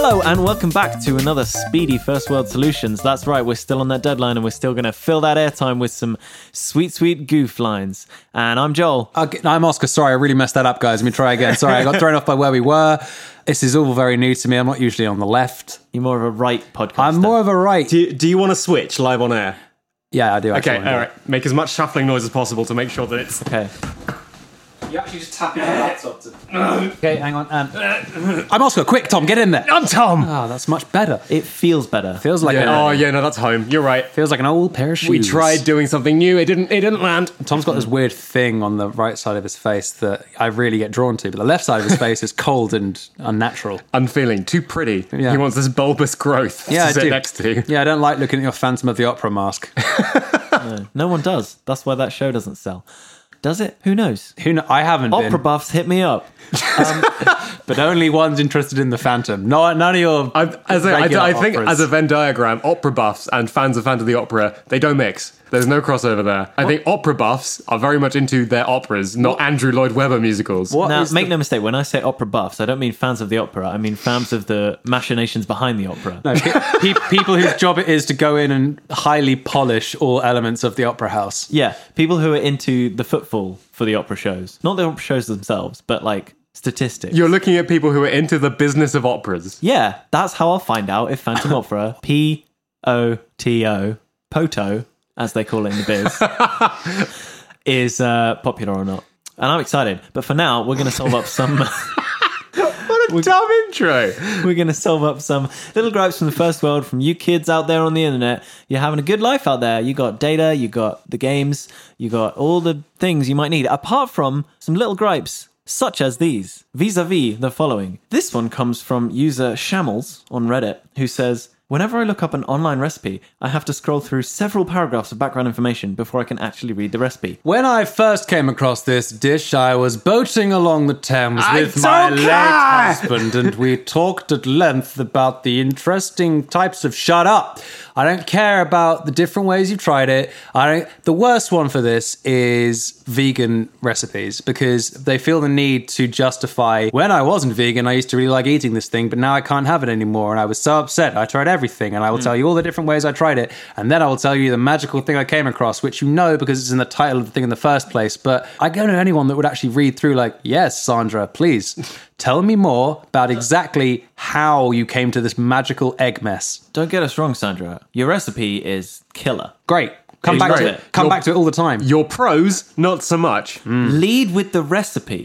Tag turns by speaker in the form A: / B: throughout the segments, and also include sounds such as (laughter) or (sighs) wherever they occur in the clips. A: welcome back to another speedy First World Solutions. That's right, we're still on that deadline and we're still going to fill that airtime with some sweet, sweet goof lines. And I'm Joel.
B: Okay, no, I'm Oscar. Sorry, I really messed that up, guys. Let me try again. Sorry,
C: (laughs)
B: I got thrown off by where we were. This is all very new to me. I'm not usually on the left.
A: You're more of a right podcast.
B: I'm more of a right.
C: Do you, do you want to switch live on air?
B: Yeah, I do.
C: Okay,
B: Actually
C: all right. Make as much shuffling noise as possible to make sure that it's.
A: Okay.
B: You're actually just tapping on the laptop. okay, hang on. Um, I'm Oscar. Quick, Tom, get in there.
C: I'm Tom.
B: Oh, that's much better. It
A: It feels better.
B: feels like
C: Yeah.
B: a-
C: Oh yeah, no, that's home. You're right.
B: feels like an old pair of shoes.
C: We tried doing something new. It didn't. It didn't land.
B: Tom's got this weird thing on the right side of his face that I really get drawn to, but the left side of his face is cold and unnatural.
C: Unfeeling. Too pretty.
B: Yeah.
C: He wants this bulbous growth
B: Yeah,
C: to
B: I
C: sit
B: do.
C: next to.
B: Yeah, I don't like looking at your Phantom of the Opera mask.
A: No one does. That's why that show doesn't sell. Does it? Who knows?
B: Who kn- I haven't
A: Opera
B: been,
A: buffs, hit me up.
B: but only one's interested in the Phantom. No, none of your.
C: I, as a, I,
B: regular
C: I think,
B: operas.
C: as a Venn diagram, opera buffs and fans of Phantom of the Opera, they don't mix. There's no crossover there. I think opera buffs are very much into their operas, not Andrew Lloyd Webber musicals.
B: What
A: now,
B: is the-
A: make no mistake, when I say opera buffs, I don't mean fans of the opera. I mean fans of the machinations behind the opera.
B: No, pe- pe- (laughs) people whose job it is to go in and highly polish all elements of the opera house.
A: Yeah, people who are into the footfall for the opera shows. Not the opera shows themselves, but like statistics.
C: You're looking at people who are into the business of operas.
A: yeah, that's how I'll find out if Phantom Opera, P O T O, POTO, as they call it in the biz, is uh, popular or not. And I'm excited. But for now, we're going to solve up some.
C: What a dumb intro.
A: We're going to solve up some little gripes from the first world from you kids out there on the internet. You're having a good life out there. You got data, you got the games, you got all the things you might need, apart from some little gripes such as these vis a vis the following. This one comes from user Shamels on Reddit who says, Whenever I look up an online recipe, I have to scroll through several paragraphs of background information before I can actually read the recipe.
B: When I first came across this dish, I was boating along the Thames
C: I
B: with my
C: don't
B: late
C: care.
B: husband, and we talked at length about the interesting types of shut up. I don't care about the different ways you've tried it. I don't, the worst one for this is vegan recipes because they feel the need to justify when I wasn't vegan, I used to really like eating this thing, but now I can't have it anymore. And I was so upset. I tried everything, and I will tell you all the different ways I tried it. And then I will tell you the magical thing I came across, which you know because it's in the title of the thing in the first place. But I don't know anyone that would actually read through, like, yes, Sandra, please tell me more about exactly how you came to this magical egg mess.
A: Don't get us wrong, Sandra. Your recipe is killer.
B: Great. Come
A: It's
B: back
A: great.
B: to it. Come
C: Your-
B: back to it all the time.
C: Your prose, not so much.
A: Lead with the recipe.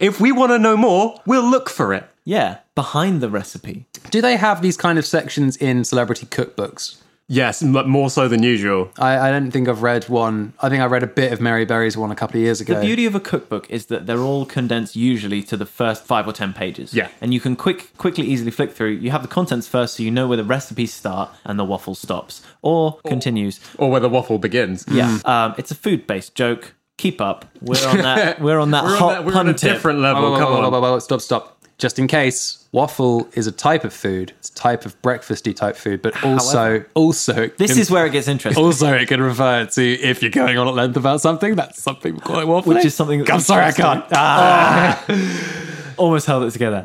C: If we want to know more, we'll look for it.
A: Yeah, behind the recipe.
B: Do they have these kind of sections in celebrity cookbooks?
C: Yes, m- more so than usual.
B: I, I don't think I've read one. I think I read a bit of Mary Berry's one a couple of years ago.
A: The beauty of a cookbook is that they're all condensed usually to the first five or ten pages.
C: Yeah.
A: And you can quick, quickly, easily flick through. You have the contents first, so you know where the recipes start and the waffle stops or continues.
C: Or Mm. where the waffle begins.
A: Yeah. Um, it's a food-based joke. Keep up. We're on
C: (laughs)
A: that. We're on that
C: We're,
A: hot
C: on, that, we're
A: pun
C: on a
A: tip.
C: different level.
B: Whoa, whoa,
C: Come
B: whoa,
C: on.
B: whoa, whoa, whoa, Stop, stop. Just in case, waffle is a type of food. It's a type of breakfasty type food, but also, also, it
A: This
B: can-
A: is where it gets interesting.
B: also it can refer to if you're going on at length about something. That's something we call it waffle,
A: Which is something that-
B: I'm sorry, I can't. Ah,
A: (laughs) almost held it together.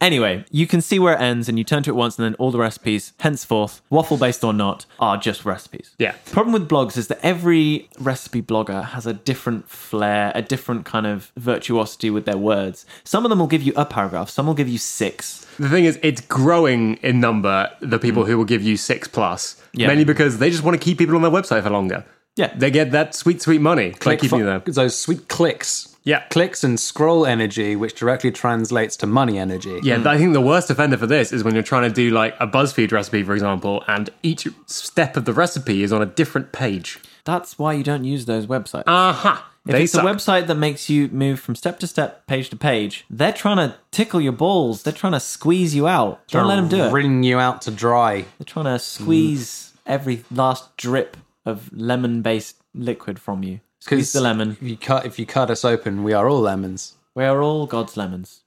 A: Anyway, you can see where it ends and you turn to it once, and then all the recipes, henceforth, waffle based or not, are just recipes.
C: Yeah.
A: Problem with blogs is that every recipe blogger has a different flair, a different kind of virtuosity with their words. Some of them will give you a paragraph, some will give you six.
C: The thing is, it's growing in number, the people who will give you six plus.
A: Mm. Yeah.
C: Mainly because they just want to keep people on their website for longer.
A: Yeah.
C: They get that sweet, sweet money by
B: click
C: keeping
B: fu-
C: them.
B: Those sweet clicks.
C: Yeah.
B: Clicks and scroll energy, which directly translates to money energy.
C: Yeah,
A: Mm.
C: I think the worst offender for this is when you're trying to do like a BuzzFeed recipe, for example, and each step of the recipe is on a different page.
A: That's why you don't use those websites.
C: Aha!
A: if it's a website that makes you move from step to step, page to page, they're trying to tickle your balls. They're trying to squeeze you out. Don't let them do it.
B: Wring you out to dry.
A: They're trying to squeeze every last drip of lemon based liquid from you. Squeeze the lemon.
B: If you cut, if you cut us open, we are all lemons.
A: We are all God's
B: (laughs)
A: lemons.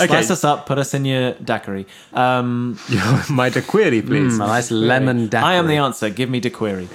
C: Okay.
A: Slice us up, put us in your daiquiri. Um,
C: (laughs) My dequery, please.
B: A nice lemon daiquiri.
A: I am the answer. Give me daiquiri.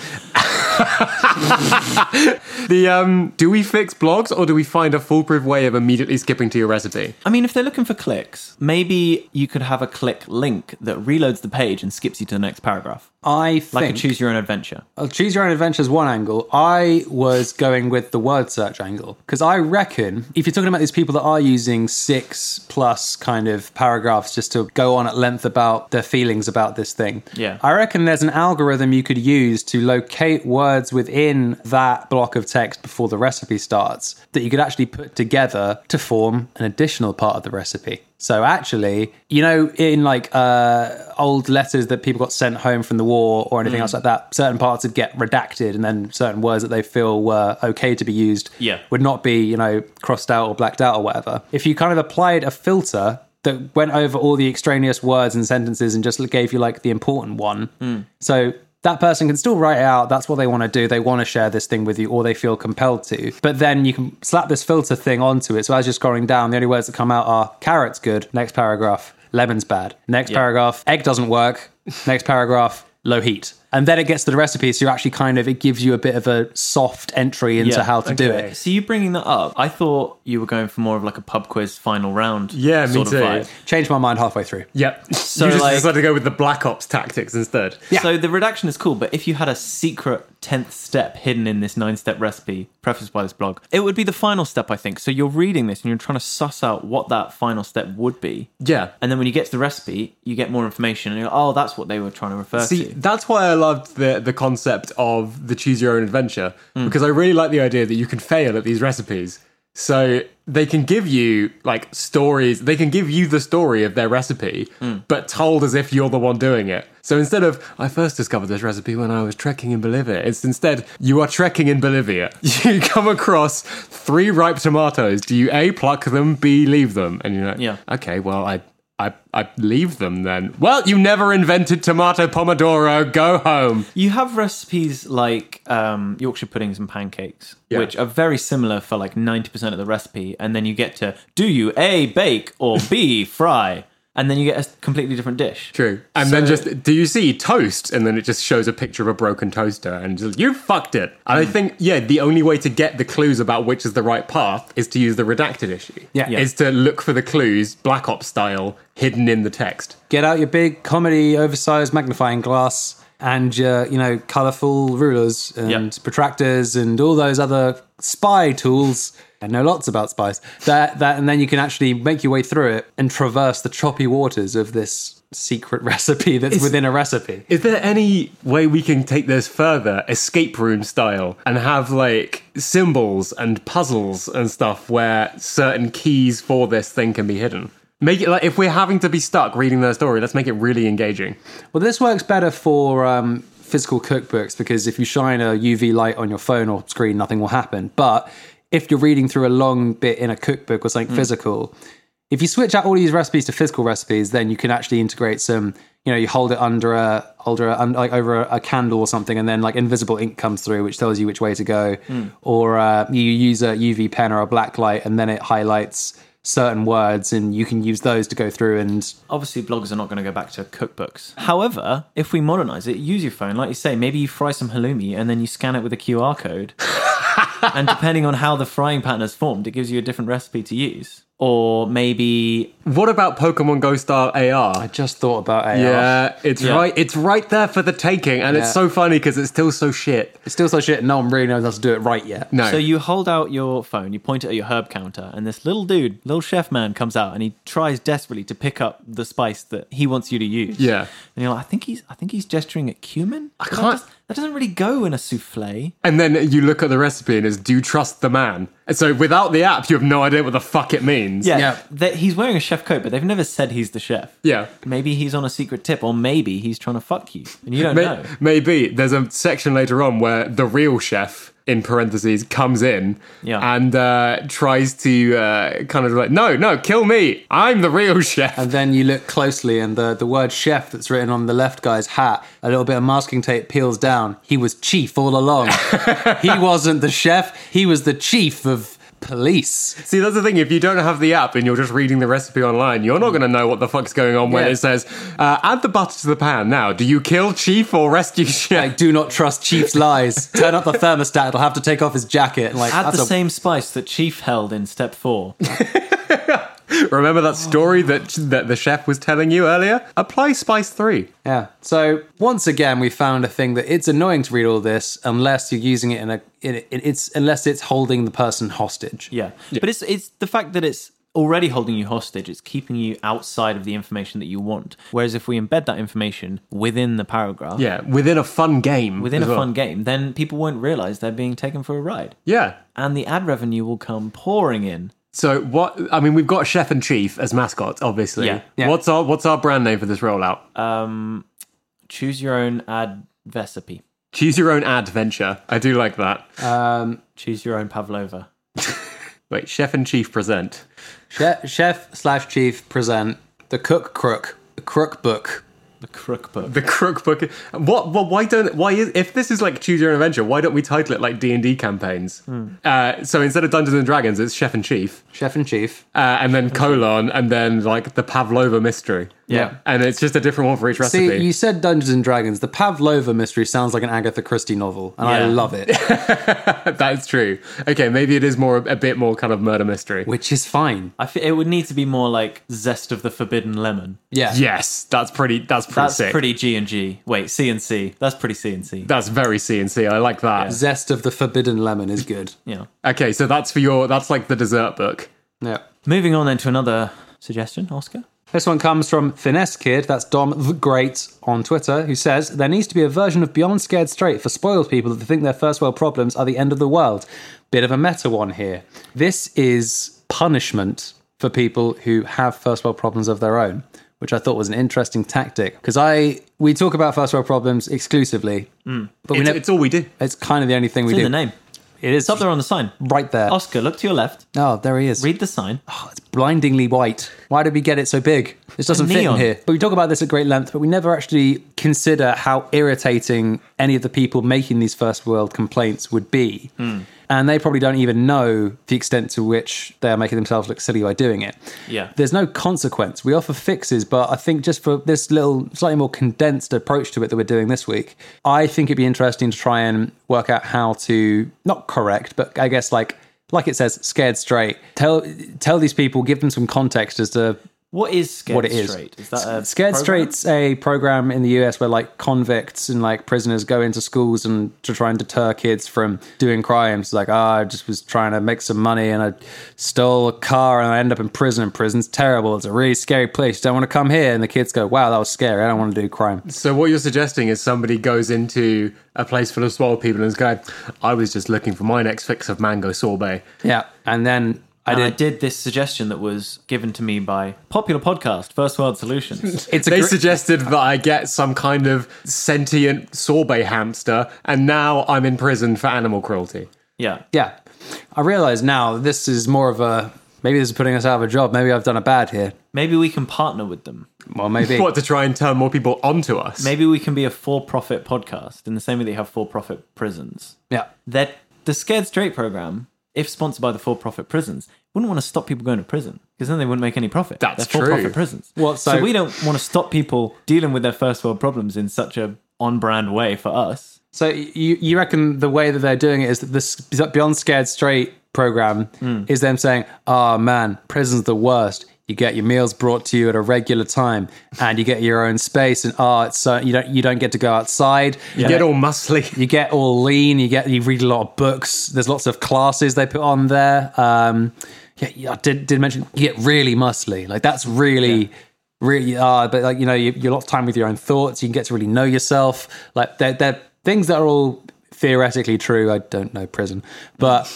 C: The um, do we fix blogs or do we find a foolproof way of immediately skipping to your recipe?
A: I mean, if they're looking for clicks, maybe you could have a click link that reloads the page and skips you to the next paragraph,
B: I think
A: like a choose your own adventure.
B: I'll choose your own adventure is one angle. I was going with the word search angle because I reckon if you're talking about these people that are using six plus kind of paragraphs just to go on at length about their feelings about this thing,
A: Yeah.
B: I reckon there's an algorithm you could use to locate words within that block of text before the recipe starts that you could actually put together to form an additional part of the recipe. So actually, you know, in like uh, old letters that people got sent home from the war or anything else like that, certain parts would get redacted, and then certain words that they feel were okay to be used
A: Yeah.
B: would not be, you know, crossed out or blacked out or whatever. If you kind of applied a filter that went over all the extraneous words and sentences and just gave you like the important one, so that person can still write it out. That's what they want to do. They want to share this thing with you, or they feel compelled to. But then you can slap this filter thing onto it. So as you're scrolling down, the only words that come out are carrots good. Next paragraph, lemon's bad. Next paragraph, egg doesn't work. (laughs) Next paragraph, low heat. And then it gets to the recipe. So you actually kind of it gives you a bit of a soft entry into
A: Yeah,
B: how to do it.
A: So you bringing that up, I thought you were going for more of like a pub quiz final round.
C: Yeah, me
A: sort of
C: too.
A: vibe.
B: Changed my mind halfway through.
C: Yep. So (laughs) you just
A: like-
C: decided to go with the black ops tactics instead.
B: Yeah.
A: So the redaction is cool, but if you had a secret tenth step hidden in this nine-step recipe, prefaced by this blog, it would be the final step, I think. So you're reading this and you're trying to suss out what that final step would be.
C: Yeah.
A: And then when you get to the recipe, you get more information, and you're like, oh, that's what they were trying to refer
C: See,
A: to.
C: that's why I loved the the concept of the choose your own adventure because I really like the idea that you can fail at these recipes. So they can give you like stories. They can give you the story of their recipe, but told as if you're the one doing it. So instead of I first discovered this recipe when I was trekking in Bolivia, it's instead you are trekking in Bolivia. (laughs) You come across three ripe tomatoes. Do you a pluck them, b leave them, and you're like,
A: Yeah.
C: okay, well I I, I leave them then. Well, you never invented tomato pomodoro. Go home.
A: You have recipes like um, Yorkshire puddings and pancakes,
C: Yeah.
A: which are very similar for like 90% of the recipe. And then you get to do you A, bake, or
C: (laughs)
A: B, fry? And then you get a completely different dish.
C: True. And then just, do you see toast? And then it just shows a picture of a broken toaster and just, you fucked it. And I think, yeah, the only way to get the clues about which is the right path is to use the redacted issue.
B: Yeah. Yeah.
C: Is to look for the clues, Black Ops style, hidden in the text.
B: Get out your big comedy oversized magnifying glass and your, you know, colourful rulers and
A: Yep.
B: protractors and all those other spy tools. I know lots about spies. That that and then you can actually make your way through it and traverse the choppy waters of this secret (laughs) recipe that's within a recipe.
C: Is there any way we can take this further, escape room style, and have like symbols and puzzles and stuff where certain keys for this thing can be hidden? Make it like if we're having to be stuck reading their story, let's make it really engaging.
B: Well, this works better for um, physical cookbooks because if you shine a UV light on your phone or screen, nothing will happen. But if you're reading through a long bit in a cookbook or something physical, if you switch out all these recipes to physical recipes, then you can actually integrate some. You know, you hold it under a, under a, un, like over a, a candle or something, and then like invisible ink comes through, which tells you which way to go. Or uh, you use a UV pen or a black light, and then it highlights certain words, and you can use those to go through and
A: obviously bloggers are not going to go back to cookbooks. However, if we modernize it, use your phone, like you say, maybe you fry some halloumi and then you scan it with a QR
C: (laughs)
A: code. and depending on how the frying pattern is formed, it gives you a different recipe to use. Or maybe
C: What about Pokemon Go style AR?
B: just thought about AR.
C: Yeah, it's
A: Yeah.
C: right. It's right there for the taking, and
B: Yeah.
C: it's so funny because it's still so shit.
B: It's still so shit. No one really knows how to do it right yet.
C: No,
A: so you hold out your phone, you point it at your herb counter, and this little dude, little chef man, comes out and he tries desperately to pick up the spice that he wants you to use.
C: Yeah.
A: and you're like, I think he's, I think he's gesturing at cumin. I
C: can't-
A: that doesn't really go in a souffle.
C: and then you look at the recipe and it's do you trust the man? And so without the app, you have no idea what the fuck it means.
A: Yeah,
B: Yeah.
A: That he's wearing a chef coat, but they've never said he's the chef.
C: Yeah.
A: Maybe he's on a secret tip, or maybe he's trying to fuck you, and you don't
C: May-
A: know.
C: Maybe there's a section later on where the real chef in parentheses comes in
A: Yeah.
C: and uh, tries to uh, kind of like no no kill me I'm the real (laughs) chef
B: And then you look closely, and the, the word chef that's written on the left guy's hat, a little bit of masking tape
A: (laughs)
B: peels down. He was chief all along. he wasn't the chef, he was the chief of police.
C: See, that's the thing. If you don't have the app and you're just reading the recipe online, you're not
A: Hmm.
C: going to know what the fuck's going on when
B: Yeah.
C: it says, uh, add the butter to the pan now. Do you kill chief or rescue
B: I
C: chef?
B: do not trust Chief's lies. Turn up the thermostat. It'll have to take off his jacket. Like
A: Add
B: that's
A: the
B: a-
A: same spice that Chief held in step four.
C: (laughs) Remember that story that,
A: Oh.
C: that the chef was telling you earlier? Apply Spice 3.
B: Yeah. So once again, we found a thing that it's annoying to read all this unless you're using it in a in, in, it's unless it's holding the person hostage.
A: Yeah. But it's it's the fact that it's already holding you hostage, it's keeping you outside of the information that you want. Whereas if we embed that information within the paragraph,
C: Yeah, within a fun game.
A: within
C: as
A: a
C: well.
A: fun game, then people won't realize they're being taken for a ride.
C: Yeah.
A: And the ad revenue will come pouring in.
C: So what? I mean, we've got Chef and Chief as mascots, obviously.
A: Yeah. Uh,
B: Yeah.
C: What's our What's our brand name for this rollout?
A: Choose your own ad recipe.
C: Choose your own adventure. I do like that.
A: uh,
B: Um,
A: Choose your own Pavlova.
C: Wait, Chef and Chief present.
B: Chef, chef slash chief present the cook crook the crook book.
A: The crook book.
C: The Crook Book. What? What? Why don't? Why is? If this is like Choose Your Own Adventure, why don't we title it like D and D campaigns?
B: Hmm.
C: Uh, so instead of Dungeons and Dragons, it's Chef and Chief,
B: Chef and chief.
C: uh,
B: (laughs)
C: and then colon, and then like the Pavlova mystery.
A: Yeah.
C: and it's just a different one for each
B: See,
C: recipe.
B: you
C: (laughs)
B: said Dungeons and Dragons. The Pavlova mystery sounds like an Agatha Christie novel, and I
A: Yeah.
B: love it,
C: That's true. Okay, maybe it is more a bit more kind of murder mystery.
B: which is fine.
A: (laughs) I feel it would need to be more like zest of the forbidden lemon.
B: Yeah.
C: Yes, that's pretty. That's pretty
A: That's
C: sick.
A: pretty G and G. Wait, C and C. That's pretty C and C.
C: That's very CNC. I like that.
B: Zest of the forbidden lemon is good.
A: Yeah.
C: Okay, so that's for your that's like the dessert book.
B: Yeah.
A: Moving on then to another suggestion, Oscar.
B: This one comes from Finesse Kid, that's Dom the Great on Twitter, who says there needs to be a version of Beyond Scared Straight for spoiled people that think their first world problems are the end of the world. Bit of a meta one here. This is punishment for people who have first world problems of their own, which I thought was an interesting tactic because I we talk about first world problems exclusively,
A: Mm.
B: but we
C: It's,
B: never, it's,
C: it's all we do.
B: kind of the only thing we
A: In
B: do.
A: the name.
B: It is
A: It's up there on the sign.
B: right there. Oh,
A: Oscar, look to your left.
B: there he is. Oh,
A: Read the sign.
B: It's blindingly white. Why did we get it so big? This doesn't fit in
A: neon.
B: here. But we talk about this at great length, but we never actually consider how irritating any of the people making these first world complaints would be. And they probably don't even know the extent to which they are making themselves look silly by doing it.
A: Yeah.
B: There's no consequence. We offer fixes, but I think just for this little, slightly more condensed approach to it that we're doing this week, I think it'd be interesting to try and work out how to, not correct, but I guess like, like it says, scared straight. Tell tell these people, give them some context as to
A: What is scared
B: what it is.
A: straight? Is that a
B: Scared
A: program?
B: Straight's a program in the US where like convicts and like prisoners go into schools and to try and deter kids from doing crimes. Like, ah, I just was trying to make some money and I stole a car and I end up in prison. And prison's terrible. It's a really scary place. You don't want to come here. And the kids go, wow, that was scary. I don't want to do crime.
C: So what you're suggesting is somebody goes into a place full of swole people and is going, "I was just looking for my next fix of mango sorbet."
B: Yeah. And then I
A: And
B: did.
A: I did this suggestion that was given to me by popular podcast First World (laughs) Solutions.
B: It's a
C: They
B: gr-
C: suggested that I get some kind of sentient sorbet hamster, and now I'm in prison for animal cruelty.
A: yeah.
B: yeah. I realize now this is more of a, maybe this is putting us out of a job. Maybe I've done a bad here.
A: Maybe we can partner with them.
B: Well,
A: (laughs)
B: maybe.
C: What to try and turn more people onto us?
A: Maybe we can be a for-profit podcast in the same way they have for-profit prisons.
B: Yeah.
A: That the Scared Straight program, if sponsored by the for-profit prisons, wouldn't want to stop people going to prison because then they wouldn't make any profit.
C: That's
A: They're for-profit
C: true.
A: prisons.
B: Well,
A: so,
B: so-
A: we don't want to stop people dealing with their first world problems in such a on-brand way for us.
B: So you you reckon the way that they're doing it is that this Beyond Scared Straight program is them saying, "Oh man, prison's the worst. You get your meals brought to you at a regular time, and you get your own space, and oh, it's so you don't you don't get to go outside.
C: you get all muscly. (laughs)
B: You get all lean. You get you read a lot of books. There's lots of classes they put on there. Um, yeah, yeah, I did did mention you get really muscly. Like that's really. Really, uh, but like you know, you, you lot of time with your own thoughts. You can get to really know yourself. Like they're, they're things that are all theoretically true. I don't know prison, but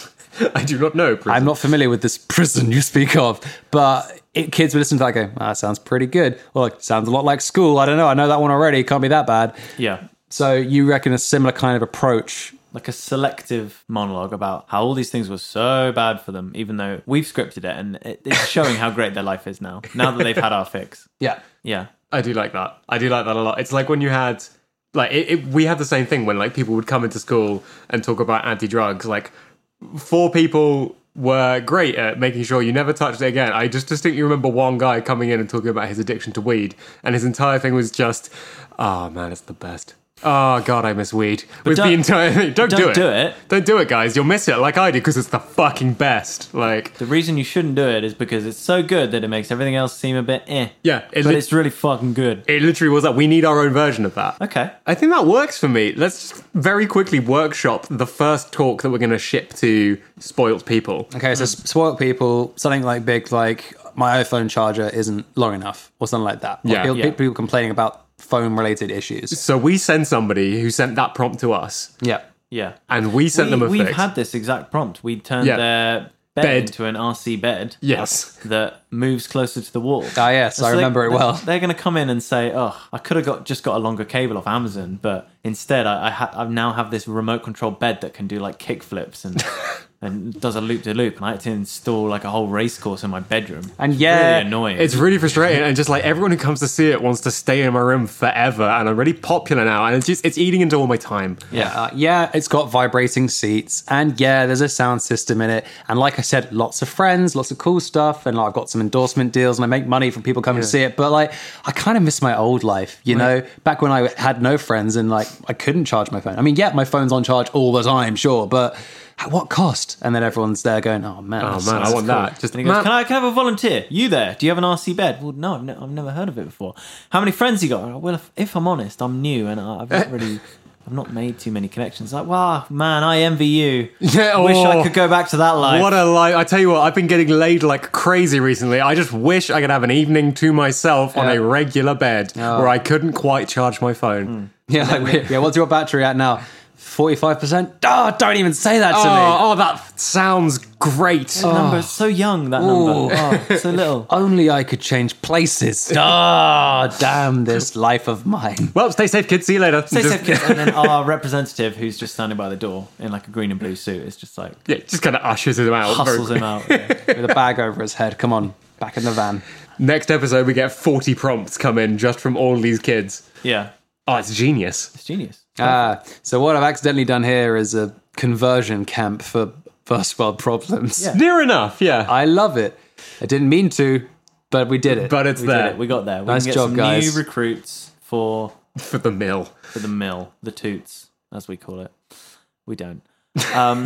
C: I do not know prison.
B: I'm not familiar with this (laughs) prison you speak of. But it, kids will listen to that. and Go, "Ah, that sounds pretty good. Or like, sounds a lot like school. I don't know. I know that one already. Can't be that bad.
A: Yeah.
B: So you reckon a similar kind of approach
A: like a selective monologue about how all these things were so bad for them, even though we've scripted it and it, it's showing how great their life is now, now that they've had our fix.
B: Yeah.
A: Yeah.
C: I do like that. I do like that a lot. It's like when you had, like, it, it, we had the same thing when like people would come into school and talk about anti-drugs. Like, four people were great at making sure you never touched it again. I just distinctly remember one guy coming in and talking about his addiction to weed, and his entire thing was just, oh man, it's the best. Oh god, I miss weed. With the
A: don't-
C: entire thing. Don't,
A: don't
C: do it.
A: do it.
C: Don't do it, guys. You'll miss it like I do because it's the fucking best. Like,
A: The reason you shouldn't do it is because it's so good that it makes everything else seem a bit eh.
C: Yeah, it
A: but
C: lit-
A: it's really fucking good.
C: it literally was like we need our own version of that.
A: Okay.
C: I think that works for me. Let's just very quickly workshop the first talk that we're going to ship to spoilt people.
B: Okay, so s- spoiled people, something like big, like my iPhone charger isn't long enough, or something like that. Or
C: Yeah.
B: people,
A: Yeah.
B: people complaining about phone related issues.
C: So we send somebody who sent that prompt to us,
B: Yeah.
A: Yeah.
C: and we sent them a
A: we, have
C: fix.
A: had this exact prompt. We turned
C: Yeah.
A: their bed,
C: Bed.
A: into an RC bed
C: yes,
A: that moves closer to the wall.
B: Ah, yes, I remember it well.
A: They're going to come in and say, "Oh, I could have got just got a longer cable off Amazon, but instead, I I, ha- I now have this remote control bed that can do like kick flips
C: (laughs)
A: and." And does a loop de loop, and I had to install like a whole race course in my bedroom.
B: And
A: It's
B: yeah,
A: really annoying.
C: it's really frustrating, and just like everyone who comes to see it wants to stay in my room forever, and I'm really popular now, and it's just it's eating into all my time.
A: yeah,
B: Uh, yeah, it's got vibrating seats, and yeah, there's a sound system in it. And like I said, lots of friends, lots of cool stuff, and I've got some endorsement deals, and I make money from people coming to see it. But like, I kind of miss my old life, you know, back when I had no friends and like I couldn't charge my phone. I mean, yeah, my phone's on charge all the time, sure, but at what cost? And then everyone's there going, "Oh man,
C: Oh man, I want that. Just
A: And he goes,
C: man,
A: can, I, can I have a volunteer? You there? Do you have an RC bed? Well, no, I've, ne- I've never heard of it before. How many friends you got? Well, if, if I'm honest, I'm new and I- I've not really, (laughs) I've not made too many connections. Like, wow, man, I envy you.
C: (laughs) Yeah,
A: I wish I
C: oh,
A: could go back to that life.
C: What a life! I tell you what, I've been getting laid like crazy recently. I just wish I could have an evening to myself on
B: Yeah.
C: a regular bed
B: Oh.
C: where I couldn't quite charge my phone.
B: (laughs) Yeah, like, yeah. What's your battery at now? Forty-five percent. Oh, don't even say that to me.
C: Oh, oh, that sounds great.
A: That
C: (sighs)
A: number is so young. That
B: Ooh.
A: number, oh,
C: (laughs)
A: so little.
B: Only I could change places. Ah, damn this life of mine.
C: Well, stay safe, kids. See you later.
A: Stay
C: just,
A: safe, kids.
C: (laughs)
A: And then our representative, who's just standing by the door in like a green and blue suit, is just like
C: Yeah, just kind of ushers him out.
A: hustles
C: (laughs) Very-
A: him out. Yeah.
B: With a bag over his head. Come on, back in the van.
C: Next episode, we get 40 prompts come in just from all these kids.
A: yeah,
C: Oh, it's genius.
A: it's genius.
B: Ah, so what I've accidentally done here is a conversion camp for first world problems.
A: Yeah.
C: Near enough, yeah.
B: I love it. I didn't mean to, but we did it.
C: but it's
A: Did
C: there
A: it. We got there. We
B: Nice
A: can get
B: job,
A: some
B: guys.
A: New recruits for
C: for the mill.
A: for the mill, the toots, as we call it. We don't. Um,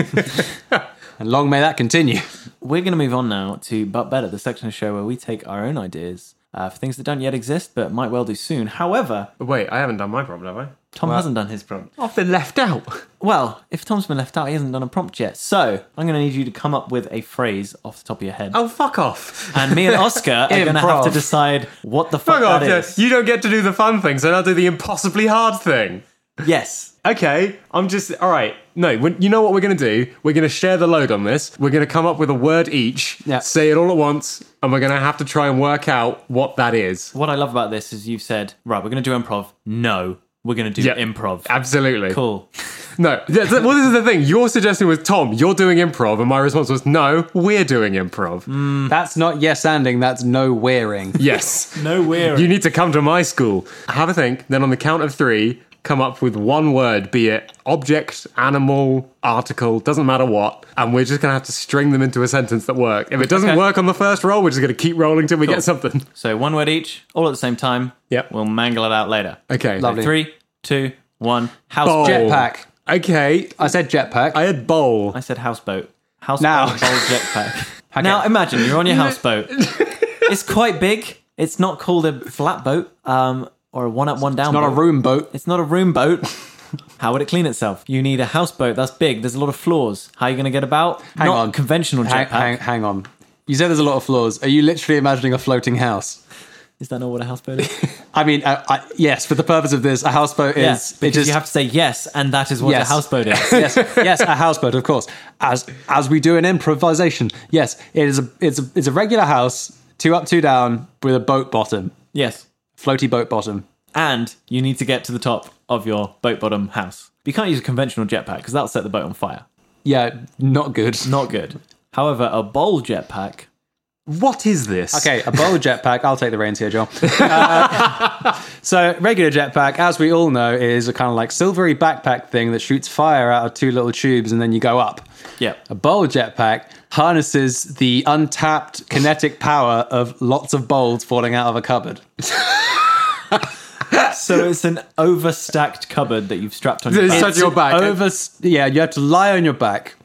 B: and long may that continue.
A: we're going to move on now to But Better, the section of the show where we take our own ideas uh, for things that don't yet exist but might well do soon. However,
C: Wait, I haven't done my prompt, have I?
A: Tom hasn't done his prompt.
C: I've been left out.
A: Well, if Tom's been left out, he hasn't done a prompt yet. So I'm going to need you to come up with a phrase off the top of your head.
C: Oh, fuck off.
A: And
C: (laughs)
A: me and Oscar are going to have to
B: Improv.
A: decide what the fuck
C: Fuck off.
A: that
C: yeah.
A: is.
C: You don't get to do the fun thing, so now do the impossibly hard thing.
A: Yes.
C: Okay, I'm just. All right. No, when, you know what we're going to do? We're going to share the load on this. We're going to come up with a word each,
B: Yeah.
C: say it all at once, and we're going to have to try and work out what that is.
A: What I love about this is you've said, right, we're going to do improv. No, we're going to do
C: Yeah.
A: improv.
C: Absolutely.
A: Cool.
C: No. Yeah, th- Well, this is the thing. Your suggestion was Tom, you're doing improv, and my response was no, we're doing improv.
B: That's not yes anding, that's no wearing.
C: Yes.
A: No, (laughs) we're.
C: You need to come to my school. Have a think. Then, on the count of three, come up with one word, be it object, animal, article, doesn't matter what. And we're just going to have to string them into a sentence that work. If it doesn't
A: Okay.
C: work on the first roll, we're just going to keep rolling till we get something. (laughs)
A: So one word each, all at the same time.
C: Yep.
A: We'll mangle it out later.
C: Okay.
B: Lovely.
A: Three, two, one.
C: Bowl.
A: Houseboat.
B: Jetpack.
C: Okay.
B: I said jetpack.
C: I had bowl.
A: I said houseboat. Houseboat.
B: Now.
A: Bowl,
B: (laughs)
A: jetpack. Now imagine you're
C: (laughs)
A: on your houseboat. it's quite big. It's not called a flat boat um, or a one up, one down.
B: not a
A: boat.
B: room boat.
A: It's not a room boat. How would it clean itself? You need a houseboat that's big. There's a lot of floors. How are you going to get about?
B: Hang
A: not
B: on.
A: conventional
B: Hang,
A: jetpack.
B: hang, hang on. You said there's a lot of floors. Are you literally imagining a floating house?
A: Is that not what a houseboat is?
B: (laughs) I mean, I, I, yes, for the purpose of this, a houseboat is.
A: yes.
B: it
A: Because
B: just,
A: you have to say yes, and that is what
B: Yes.
A: a houseboat is.
B: (laughs) yes, (laughs) yes, a houseboat, of course. As as we do in improvisation. Yes, it is a it's a it's a regular house, two up, two down, with a boat bottom,
A: yes.
B: floaty boat bottom.
A: and you need to get to the top of your boat bottom house. You can't use a conventional jetpack because that'll set the boat on fire.
B: Yeah, not good. (laughs)
A: Not good. However, a bowl jetpack
C: What is this?
B: Okay, a bowl jetpack. I'll take the reins here, (laughs) Joel. Uh, so, regular jetpack, as we all know, is a kind of like silvery backpack thing that shoots fire out of two little tubes and then you go up.
A: Yeah.
B: A bowl jetpack harnesses the untapped kinetic power of lots of bowls falling out of a cupboard.
A: So it's an overstacked cupboard that you've strapped on your
C: It's
A: back.
C: such your back.
B: Over, yeah, you have to lie on your
C: (laughs)
B: back.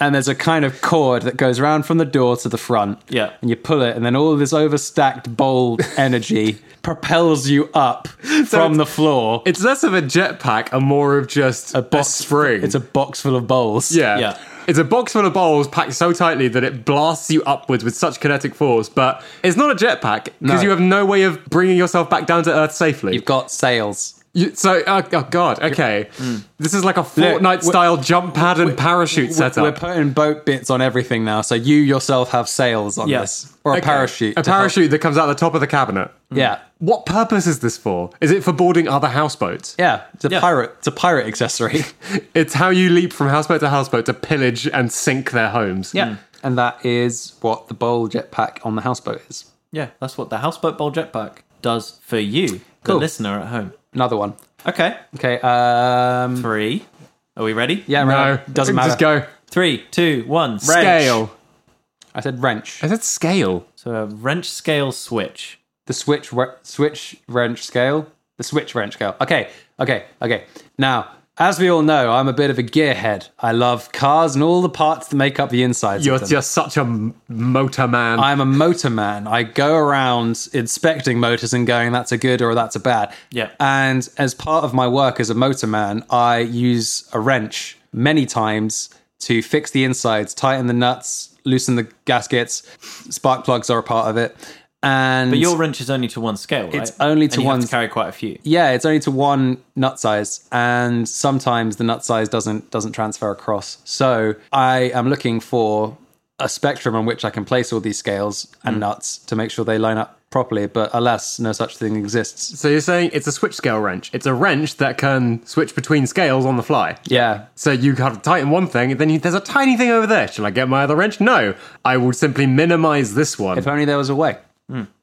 B: and there's a kind of cord that goes around from the door to the front.
A: Yeah.
B: And you pull it, and then all this overstacked
C: (laughs)
B: bowl energy propels you up from
C: it's-
B: the floor.
C: it's less of a jetpack and more of just a, spring.
B: It's a box full of bowls.
C: yeah.
A: Yeah.
C: It's a box full of bowls packed so tightly that it blasts you upwards with such kinetic force, but it's not a jetpack because
B: No.
C: you have no way of bringing yourself back down to Earth safely.
B: You've got sails.
C: You- so, uh, oh god, okay, this is like a
B: Look,
C: Fortnite-style jump pad and parachute
B: We're-
C: setup.
B: We're putting boat bits on everything now, so you yourself have sails on
A: Yeah.
B: this. Or a
C: Okay.
B: parachute.
C: a
B: to help-
C: parachute that comes out the top of the cabinet.
B: Yeah.
C: What purpose is this for? Is it for boarding other houseboats?
B: Yeah. It's a
A: Yeah.
B: pirate. It's a pirate
C: (laughs)
B: accessory.
C: It's how you leap from houseboat to houseboat to pillage and sink their homes.
A: Yeah.
B: Hmm. and that is what the bowl jetpack on the houseboat is.
A: Yeah, that's what the houseboat bowl jetpack does for you, the
B: Cool.
A: listener at home.
B: Another one.
A: Okay.
B: Okay. Um.
A: Three. Are we ready?
B: Yeah.
C: No,
B: right. Doesn't matter.
C: Just go
A: Three, two, one. Wrench.
C: scale.
B: I said wrench.
C: I said scale.
A: So a wrench scale switch.
B: The switch. Re- switch wrench scale. The switch wrench scale. Okay. Okay. Okay. Now. As we all know, I'm a bit of a gearhead. I love cars and all the parts that make up the insides. of
C: You're
B: them.
C: just such a m- motor man.
B: I'm a motor man. I go around inspecting motors and going, that's a good or that's a bad.
A: Yeah.
B: And as part of my work as a motor man, I use a wrench many times to fix the insides, tighten the nuts, loosen the gaskets. Spark plugs are a part of it. And
A: But your wrench is only to one scale, right?
B: It's only to
A: and you
B: one-
A: Have to carry quite a few.
B: yeah, it's only to one nut size, and sometimes the nut size doesn't doesn't transfer across. So I am looking for a spectrum on which I can place all these scales and nuts to make sure they line up properly. But alas, no such thing exists.
C: so you're saying it's a switch scale wrench. It's a wrench that can switch between scales on the fly.
B: Yeah,
C: So you have to tighten one thing, and then you, there's a tiny thing over there. Shall I get my other wrench? No. I will simply minimize this one.
B: if only there was a way.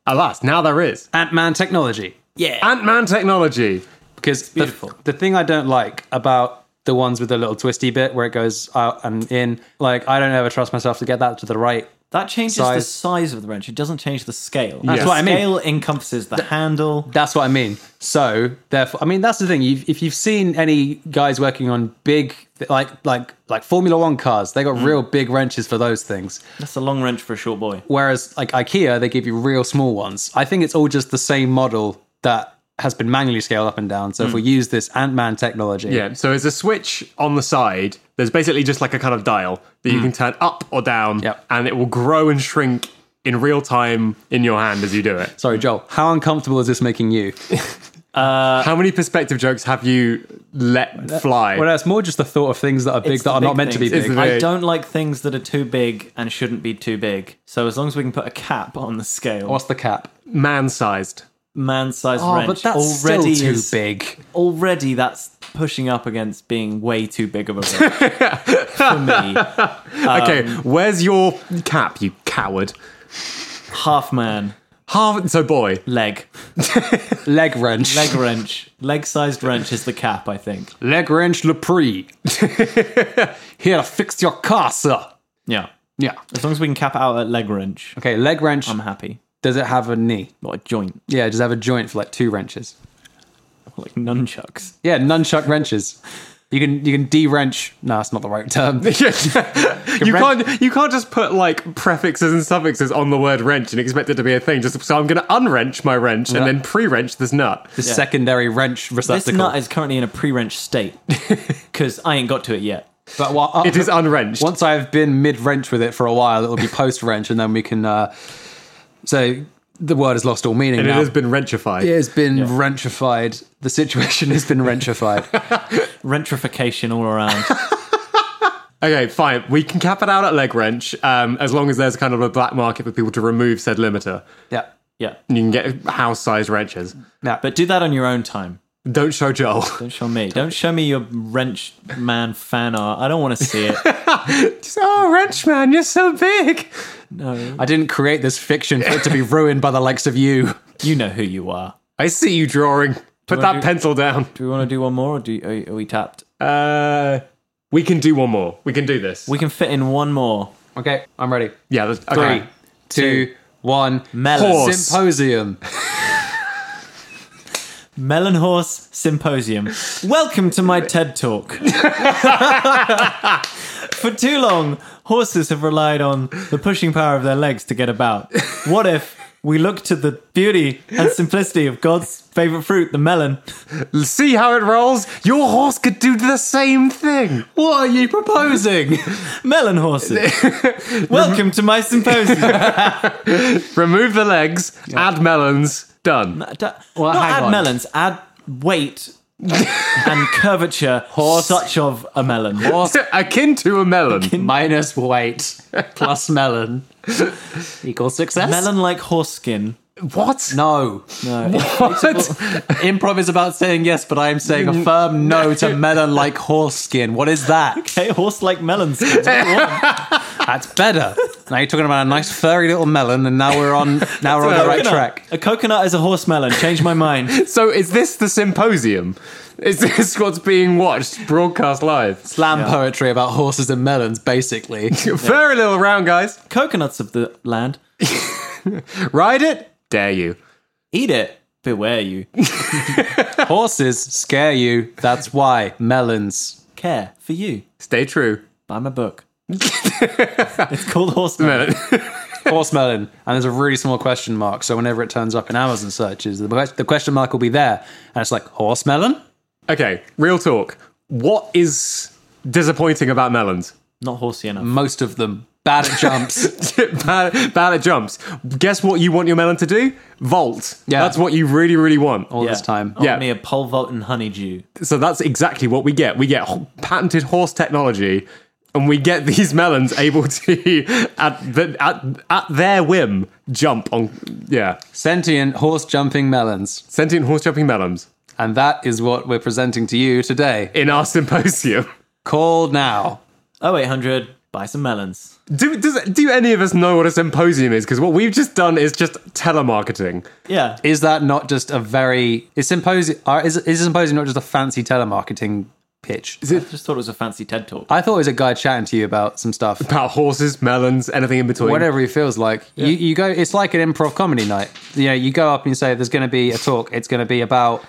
C: Alas, now there is.
B: Ant Man technology.
A: Yeah.
C: Ant Man technology.
B: because the,
A: beautiful.
B: the thing I don't like about the ones with the little twisty bit where it goes out and in, like I don't ever trust myself to get that to the right.
A: that changes the
B: size.
A: size of the wrench. It doesn't change the scale.
C: That's
A: The
C: what I
B: mean.
A: Scale encompasses the handle.
B: That's what I mean. So therefore, I mean that's the thing. You've, if you've seen any guys working on big, like like like Formula One cars, they got
A: Mm.
B: real big wrenches for those things.
A: That's a long wrench for a short boy.
B: Whereas like IKEA, they give you real small ones. I think it's all just the same model that has been manually scaled up and down. So if we
A: Mm.
B: use this Ant Man technology,
C: Yeah. So it's a switch on the side. There's basically just like a kind of dial that you can turn up or down,
B: Hmm. Yep.
C: and it will grow and shrink in real time in your hand as you do it.
B: Sorry, Joel. How uncomfortable is this making you? Uh,
C: How many perspective jokes have you let fly?
B: Well, it's more just the thought of things that are big
A: It's
B: that
A: the
B: are not
A: big
B: meant to be
A: things.
C: It's
B: big.
C: the-
A: I
C: big.
A: don't like things that are too big and shouldn't be too big. So as long as we can put a cap on the scale,
B: What's the cap? Oh,
C: Man-sized.
A: man-sized wrench
B: already
A: already
B: too
A: is-
B: big.
A: already that's pushing up against being way too big of a (laughs) wrench for me.
C: Okay, where's your cap, you coward?
A: Half man,
C: Half so boy. (laughs)
A: leg,
B: Leg wrench.
A: leg wrench, leg-sized wrench is the cap. I think.
B: Leg wrench
C: (laughs)
B: Lepre. Here, fix your car, sir.
A: Yeah.
B: Yeah.
A: As long as we can cap it out at leg wrench,
B: Okay, leg wrench.
C: Um,
A: I'm happy.
B: does it have a knee?
A: Not a joint,
B: Yeah, does it have a joint for like two wrenches?
A: like nunchucks.
B: Yeah, nunchuck wrenches. You can you can de-wrench. No, that's not the right
C: (laughs)
B: term.
C: you can't you can't just put like prefixes and suffixes on the word wrench and expect it to be a thing. Just so I'm gonna unwrench my wrench and then pre-wrench this nut.
B: The secondary wrench
A: This
B: receptacle.
A: nut is currently in a pre-wrench state because I ain't got to it yet.
B: but while,
C: (laughs) It is unwrenched.
B: Once I've been mid wrench with it for a while, it'll be post wrench, and then we can. Uh, so the word has lost all meaning
C: and it
B: now.
C: has been wrenchified.
B: it has been wrenchified. The situation has been
C: (laughs)
B: wrenchified.
A: Rentrification all around.
C: Okay, fine. We can cap it out at leg wrench, um, as long as there's kind of a black market for people to remove said limiter.
B: yeah.
A: yeah.
C: And you can get house-sized wrenches.
B: Yeah.
A: But do that on your own time.
C: Don't show Joel. (laughs)
A: Don't show me. Don't show me your wrench man fan art. I don't want to see it.
C: oh, wrench man, you're so big.
A: No.
B: I didn't create this fiction for it to be (laughs) ruined by the likes of you.
A: You know who you are.
C: I see you drawing. Put that
A: I do-
C: pencil down.
A: Do we want to do one more, or do are, are we tapped?
C: Uh, we can do one more. We can do this.
A: We can fit in one more.
B: Okay, I'm ready.
C: yeah, that's okay.
B: Three, two, one.
A: Melon
C: Horse.
B: Symposium.
A: Melon Horse Symposium. Welcome to my TED Talk. (laughs) For too long, horses have relied on the pushing power of their legs to get about. What if we look to the beauty and simplicity of God's favorite fruit, the melon?
C: See how it rolls? Your horse could do the same thing.
B: What are you proposing?
A: Melon horses.
B: (laughs)
A: Welcome to my symposium.
C: Remove the legs, add melons, done.
A: D-
B: Well,
A: Not
B: hang
A: add
B: on.
A: melons, add weight and curvature,
B: Horse.
A: such of a melon.
B: Horse
C: Akin to
B: (laughs)
C: a melon.
B: (laughs) minus weight (laughs) plus melon equals success.
A: Melon like horse skin.
C: What?
B: No.
A: No,
C: What?
B: Improv is about saying yes, but I am saying a firm no to melon like horse skin. What is that?
A: okay, (laughs) horse like melon skin.
B: (laughs) That's better. Now you're talking about a nice furry little melon, and now we're (laughs) on now we're on the right
A: Coconut.
B: track.
A: A coconut is a horse melon. Change my mind.
B: (laughs)
C: So is this the symposium? Is this what's being watched broadcast live?
B: Slam poetry about horses and melons, basically.
C: Very little round, guys.
A: Coconuts of the land.
C: Ride it. Dare you?
A: Eat it. Beware you.
B: horses scare you. That's why melons.
A: Care for you.
C: Stay true. (laughs)
A: Buy my
B: (laughs)
A: book. it's called Horse Melon.
C: Melon.
B: Horse melon, and there's a really small question mark. So whenever it turns up in Amazon searches, the que- the question mark will be there, and it's like horse melon.
C: okay, real talk. What is disappointing about melons?
A: Not horsey enough.
B: Most of them bad at jumps.
C: (laughs) bad, bad at jumps. Guess what you want your melon to do? Vault.
B: Yeah.
C: That's what you really, really want.
B: All this time.
A: (laughs) Yeah.
C: Yeah.
A: On me a pole vault and honeydew.
C: So that's exactly what we get. We get ho- patented horse technology, and we get (laughs) these melons able to, (laughs) at, the, at, at their whim, jump on. Yeah.
B: Sentient horse jumping melons.
C: Sentient horse jumping melons
B: And that is what we're presenting to you today.
C: in our (laughs) symposium.
B: Call now.
A: 0800. Oh, Buy some melons.
C: Do, does, do any of us know what a symposium is? Because what we've just done is just telemarketing.
A: Yeah.
B: Is that not just a very is symposium is is symposium not just a fancy telemarketing pitch?
A: I just thought it was a fancy TED talk.
B: I thought it was a guy chatting to you about some stuff.
C: About horses, melons, anything in between.
B: Whatever he feels like, you, you go. It's like an improv comedy night. You know, you go up and you say, "There's going to be a talk. It's going to be about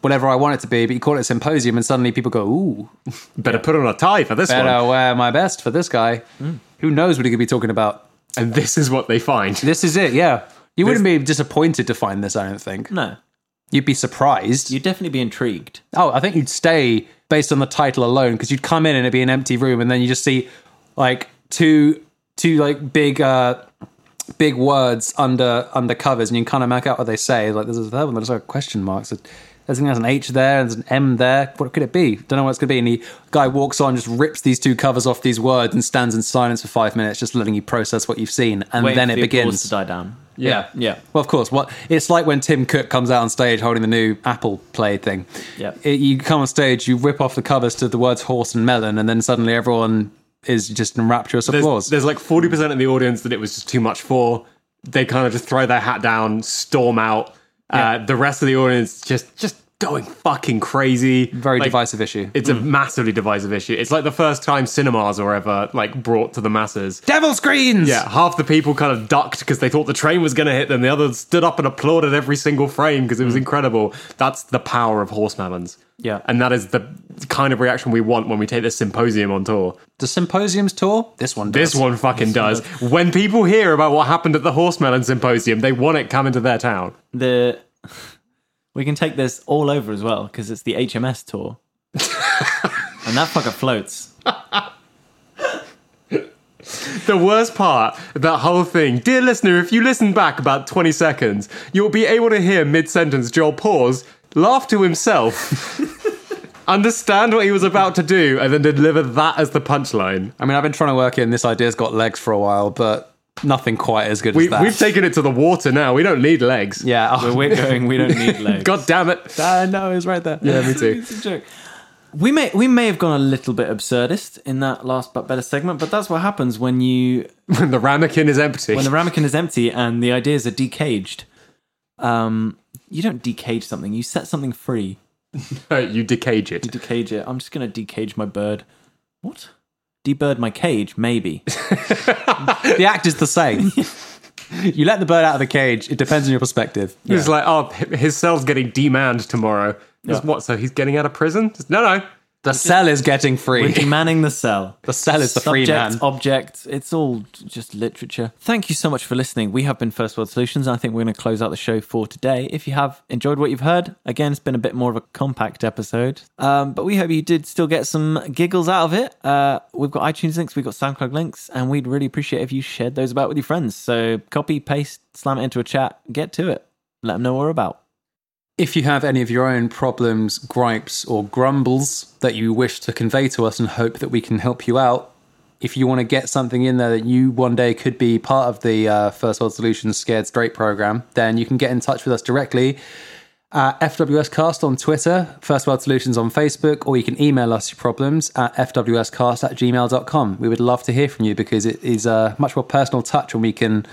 B: whatever I want it to be." But you call it a symposium, and suddenly people go, "Ooh,
C: Better put on a tie for this
B: better
C: one.
B: wear my best for this guy. Hmm. Who knows what he could be talking about?"
C: And this is what they find.
B: This is it. Yeah, you wouldn't be disappointed to find this. I don't think
A: No.
B: you'd be surprised.
A: You'd definitely be intrigued.
B: Oh, I think you'd stay based on the title alone because you'd come in and it'd be an empty room, and then you just see like two two like big uh big words under under covers, and you can kind of make out what they say. Like there's a third one, there's like question marks. I think there's an H there, and there's an M there. What could it be? Don't know what it's going to be. And the guy walks on, just rips these two covers off these words, and stands in silence for five minutes, just letting you process what you've seen, and
A: Waiting
B: then
A: for
B: it
A: the applause
B: begins.
A: to die down.
C: Yeah.
A: Yeah.
B: Well, of course. What it's like when Tim Cook comes out on stage holding the new Apple Play thing.
A: Yep.
B: It- you come on stage, you rip off the covers to the words "horse" and "melon," and then suddenly everyone is just in rapturous
C: There's,
B: applause.
C: there's like 40% of the audience that it was just too much for. They kind of just throw their hat down, storm out. Uh, the rest of the audience just just going fucking crazy.
B: Very
C: Like,
B: divisive Mm. issue.
C: It's a massively divisive issue. It's like the first time cinemas were ever like brought to the masses.
B: Devil screens.
C: Yeah, half the people kind of ducked because they thought the train was going to hit them. The others stood up and applauded every single frame because it
B: Mm.
C: was incredible. That's the power of horse melons.
A: Yeah.
C: and that is the kind of reaction we want when we take this symposium on tour.
B: The symposiums tour. This one. Does.
C: This one fucking does. When people hear about what happened at the Horsemelon Symposium, they want it coming to their town.
A: The. (laughs) We can take this all over as well because it's the HMS
B: (laughs)
A: tour. and that fucker floats.
C: The worst part of that whole thing, dear listener, if you listen back about 20 seconds, you'll be able to hear mid sentence Joel pause, laugh to himself, (laughs) understand what he was about to do, and then deliver that as the punchline.
B: I mean, I've been trying to work in this idea's got legs for a while, but nothing quite as good
C: We,
B: as that.
C: we've taken it to the water now. We don't need legs.
A: (laughs)
B: yeah. Oh,
A: We're going, we don't need legs.
C: God damn it.
B: Ah, no, it's right there.
A: (laughs)
C: Yeah, me too.
A: It's a joke. We may we may have gone a little bit absurdist in that last but better segment, but that's what happens when you
C: when the ramekin is empty.
A: when the ramekin is empty and the ideas are decaged. Um, you don't decage something; you set something free.
C: No, (laughs) you decage it.
A: Decage it. I'm just gonna decage my bird. What? Debird my cage? (laughs) Maybe.
B: The act is
A: (laughs)
B: the same. you let the bird out of the cage. It depends on your perspective.
C: It's like, oh, his cell's getting demanned tomorrow. It's What? So he's getting out of prison? No, no.
B: The cell is getting free.
A: Manning the cell.
B: The cell is the free
A: Subject,
B: man.
A: object, it's all just literature. Thank you so much for listening. We have been First World Solutions. I think we're going to close out the show for today. If you have enjoyed what you've heard, again, it's been a bit more of a compact episode, um, but we hope you did still get some giggles out of it. Uh, we've got iTunes links, we've got SoundCloud links, and we'd really appreciate if you shared those about with your friends. So copy, paste, slam it into a chat, get to it, let them know what we're about.
B: If you have any of your own problems, gripes, or grumbles that you wish to convey to us and hope that we can help you out, if you want to get something in there that you one day could be part of the uh, First World Solutions Scared Straight program, then you can get in touch with us directly at FWScast on Twitter, First World Solutions on Facebook, or you can email us your problems at FWScast at gmail.com. We would love to hear from you because it is a much more personal touch when we can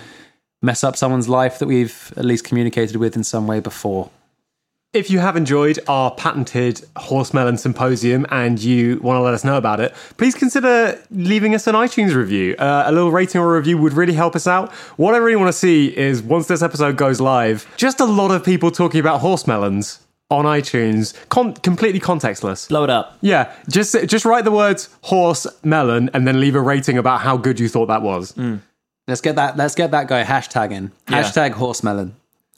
B: mess up someone's life that we've at least communicated with in some way before.
C: If you have enjoyed our patented Horsemelon Symposium and you want to let us know about it, please consider leaving us an iTunes review. Uh, a little rating or review would really help us out. What I really want to see is once this episode goes live, just a lot of people talking about horsemelons on iTunes, con- completely contextless.
A: Blow it up.
C: Yeah, just just write the words horse melon and then leave a rating about how good you thought that was.
B: Let's get that. Let's get that guy hashtag in.
A: Yeah.
B: Hashtag horsemelon.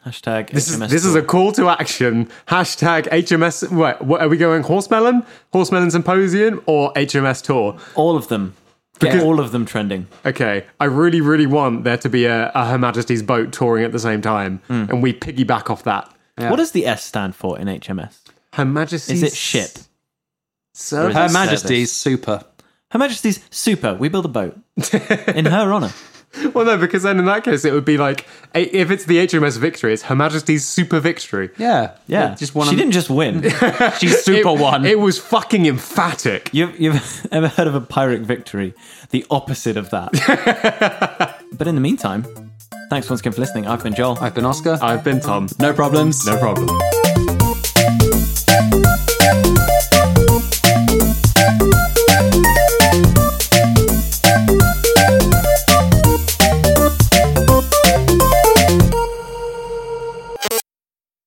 A: Hashtag
C: This is, this is a call to action. Hashtag HMS. Wait, what, are we going horsemelon, horsemelon symposium, or HMS tour?
A: all of them. Get all of them trending.
C: Okay, I really, really want there to be a, a Her Majesty's boat touring at the same time, and we piggyback off that.
B: Yeah.
A: What does the S stand for in HMS?
C: Her Majesty's
A: Is it ship?
C: So
A: is
B: Her
A: Service.
B: Majesty's super.
A: Her Majesty's super. We build a boat in her honor.
C: (laughs) well, no, because then in that case it would be like i- if it's the HMS Victory, it's Her Majesty's Super Victory.
B: Yeah,
A: Yeah,
B: Just one.
A: She didn't just win.
B: She's super
C: it,
B: one.
C: It was fucking emphatic.
A: You've, you've (laughs) ever heard of a pyrrhic victory? The opposite of that. but in the meantime, thanks once again for listening. I've been Joel.
B: I've been Oscar.
C: I've been Tom.
B: no problems.
C: No problem.